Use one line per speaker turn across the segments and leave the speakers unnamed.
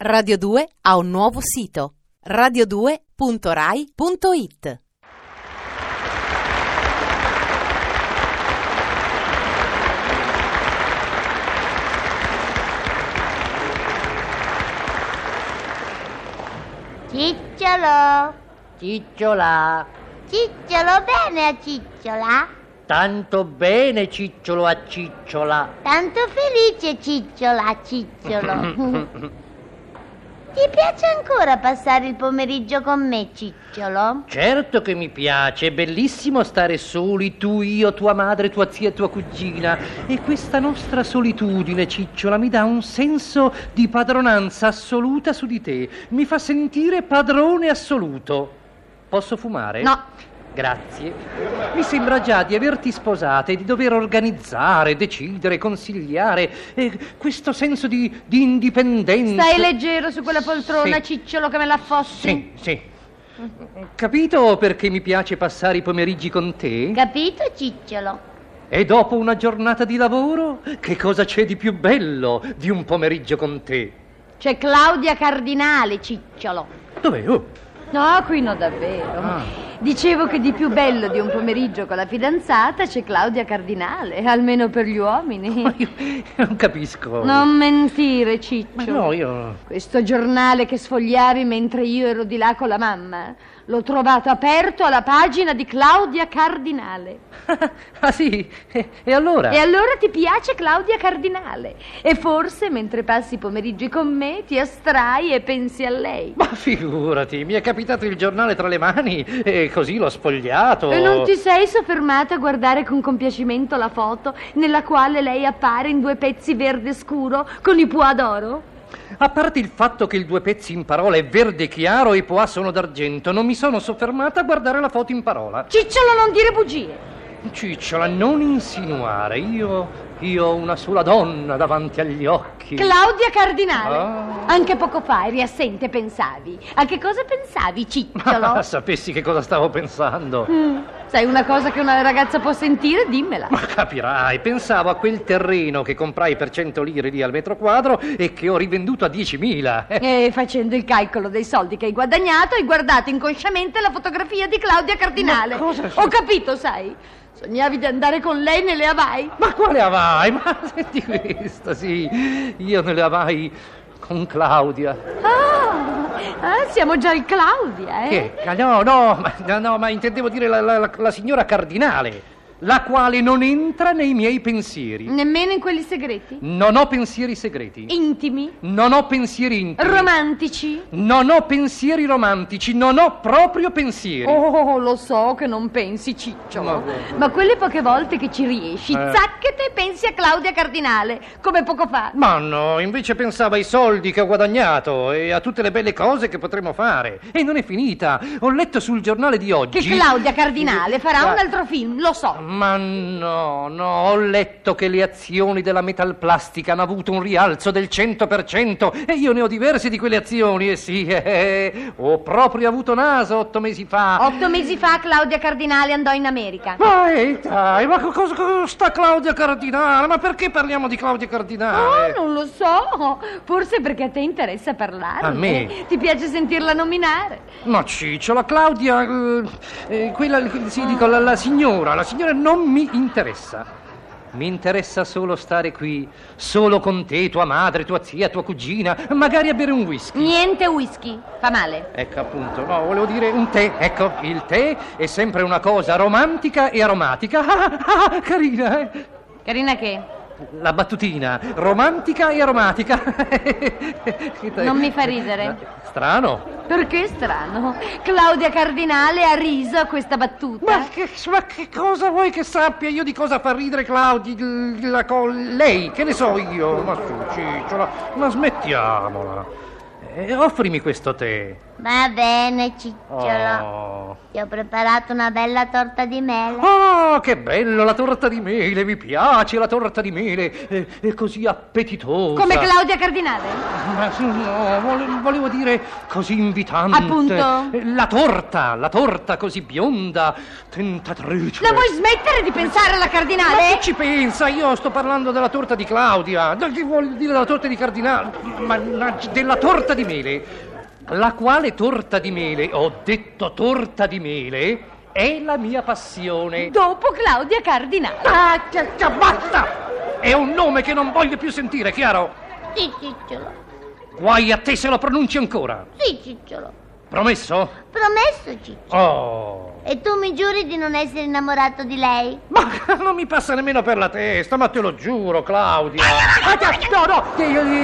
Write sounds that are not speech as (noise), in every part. Radio 2 ha un nuovo sito radio2.rai.it
Cicciolo,
Cicciola,
cicciolo bene a cicciola,
tanto bene cicciolo a
(laughs)
cicciola.
tanto felice cicciola a
(laughs)
cicciolo. Ti piace ancora passare il pomeriggio con me, cicciolo?
Certo che mi piace, è bellissimo stare soli, tu, io, tua madre, tua zia e tua cugina. E questa nostra solitudine, cicciola, mi dà un senso di padronanza assoluta su di te. Mi fa sentire padrone assoluto. Posso fumare?
No.
Grazie. Mi sembra già di averti sposata e di dover organizzare, decidere, consigliare. E questo senso di, di indipendenza.
Stai leggero su quella poltrona,
Sì.
cicciolo, che me la fossi.
Sì, sì. Capito perché mi piace passare i pomeriggi con te?
Capito, cicciolo?
e dopo una giornata di lavoro, che cosa c'è di più bello di un pomeriggio con te?
C'è Claudia Cardinale, cicciolo.
Dov'è? Oh,
No, qui no davvero.
Ah.
Dicevo che di più bello di un pomeriggio con la fidanzata c'è Claudia Cardinale, almeno per gli
ma
uomini.
io io non capisco.
Non mentire,
Ma
cicciolo.
no, io... (laughs)
Questo giornale che sfogliavi mentre io ero di là con la mamma, l'ho trovato aperto alla pagina di Claudia Cardinale.
ah sì, e, e allora?
E allora ti piace Claudia Cardinale? E forse mentre passi i pomeriggi con me ti astrai e pensi a lei.
Ma figurati, mi è capitato il giornale tra le mani e così l'ho sfogliato.
E non ti sei soffermata a guardare con compiacimento la foto nella quale lei appare in due pezzi verde scuro con i pois d'oro?
A parte il fatto che il due pezzi in parola è verde chiaro e i poà sono d'argento, non mi sono soffermata a guardare la foto in parola.
Cicciolo, non dire bugie!
Cicciola, non insinuare. Io, io ho una sola donna davanti agli occhi.
Claudia Cardinale!
Ah.
Anche poco fa eri assente, pensavi. A che cosa pensavi,
Ma (laughs)
Cicciolo?
sapessi che cosa stavo pensando.
Mm, sai una cosa che una ragazza può sentire?
(laughs)
Dimmela.
Ma capirai, pensavo a quel terreno che comprai per 100 lire lì al metro quadro e che ho rivenduto a 10.000. Eh,
E facendo il calcolo dei soldi che hai guadagnato, hai guardato inconsciamente la fotografia di Claudia Cardinale.
Ma cosa-
Ho capito, sai. Sognavi di andare con lei nelle Hawaii.
Ma quale avai? (laughs) Ma senti questa, sì. Io ne le avai con Claudia.
Ah, ah, siamo già il Claudia, eh?
Che? No, no, ma, no, no, ma intendevo dire la- la- la- la signora cardinale, la quale non entra nei miei pensieri.
Nemmeno in quelli segreti?
Non ho pensieri segreti.
Intimi?
Non ho pensieri intimi.
Romantici?
non ho pensieri romantici, non ho proprio pensieri.
Oh, lo so che non pensi, Cicciolo.
Ma-
Ma quelle poche volte che ci riesci,
Eh.
zacchete e pensi a Claudia Cardinale, come poco fa.
Ma no, invece pensavo ai soldi che ho guadagnato e a tutte le belle cose che potremo fare. E non è finita. Ho letto sul giornale di oggi.
Che Claudia Cardinale farà
Ma-
un altro film, lo so.
Ma no, no, ho letto che le azioni della metalplastica hanno avuto un rialzo del 100% e io ne ho diverse di quelle azioni, eh sì, eh, eh. ho proprio avuto naso otto mesi fa.
Otto mesi fa Claudia Cardinale andò in America.
Ma eh, dai, ma co- cosa cosa sta Claudia Cardinale? Ah, Ma perché parliamo di Claudia Cardinale?
Oh, non lo so. Forse perché a te interessa parlarne.
A me?
Ti piace sentirla nominare.
Ma Cicciola, Claudia, eh, eh, quella, sì, dico, la, la signora, la signora non mi interessa. Mi interessa solo stare qui, solo con te, tua madre, tua zia, tua cugina, magari a bere un whisky.
Niente whisky, fa male.
Ecco appunto, no, volevo dire un tè, ecco, il tè è sempre una cosa romantica e aromatica. (laughs) Ah, ah, ah, carina, eh?
Carina che?
La battutina, romantica e aromatica. Che te-
(laughs) Non mi fa ridere.
Strano.
Perché strano. Claudia Cardinale ha riso a questa battuta.
Ma che, ma che cosa vuoi che sappia io di cosa fa ridere Claudia la, co- lei? Che ne so io? Ma su, cicciola, ma smettiamola. Eh, offrimi questo tè.
Va bene, Cicciolo.
Oh.
Ti ho preparato una bella torta di mela.
Oh, che bello la torta di mele, mi piace la torta di mele, è, è così appetitosa.
Come Claudia Cardinale?
Ma Ah, sì, no, vole- volevo dire così invitante.
Appunto.
Eh, La torta, la torta così bionda, tentatrice.
La vuoi smettere di pensare alla
Ma chi
Cardinale?
ci pensa? Io sto parlando della torta di Claudia. Da chi vuol dire la torta di Cardinale? Mannaggia, della torta di mele. La quale torta di mele, ho detto torta di mele, è la mia passione.
Dopo Claudia Cardinale.
Ah, che, che basta! È un nome che non voglio più sentire, chiaro?
Sì, Cicciolo.
Guai a te se lo pronunci ancora.
Sì, Cicciolo.
Promesso?
Promesso, Cicciolo.
Oh.
E tu mi giuri di non essere innamorato di lei?
Ma (laughs) non mi passa nemmeno per la testa, ma te lo giuro, Claudia. Ah, che- No, no, che-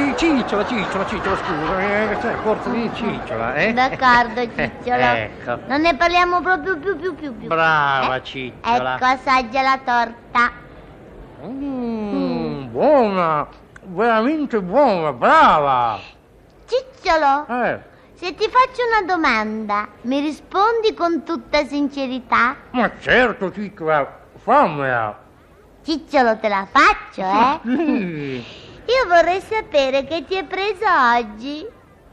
eh, cicciola, cicciola, cicciola, scusa. eh, cioè, forza di cicciola, eh?
D'accordo,
(laughs) Eh,
Cicciolo.
ecco.
Non ne parliamo proprio più, più, più, più.
Brava,
Eh?
cicciola.
Ecco, assaggia la torta. ecco.
Mm, buona, veramente buona, brava.
Cicciolo,
Eh,
se ti faccio una domanda, mi rispondi con tutta sincerità?
ma certo, ciccola, fammela.
Cicciolo, te la faccio,
(laughs)
eh?
Sì.
Io vorrei sapere che ti è preso oggi.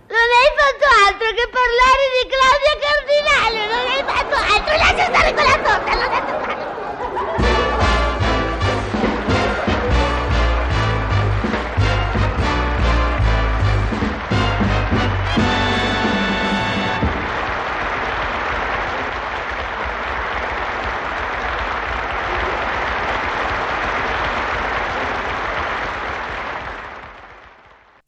Non hai fatto altro che parlare di Claudia Cardinale, non hai fatto altro, lascia stare quella torta, non hai fatto altro.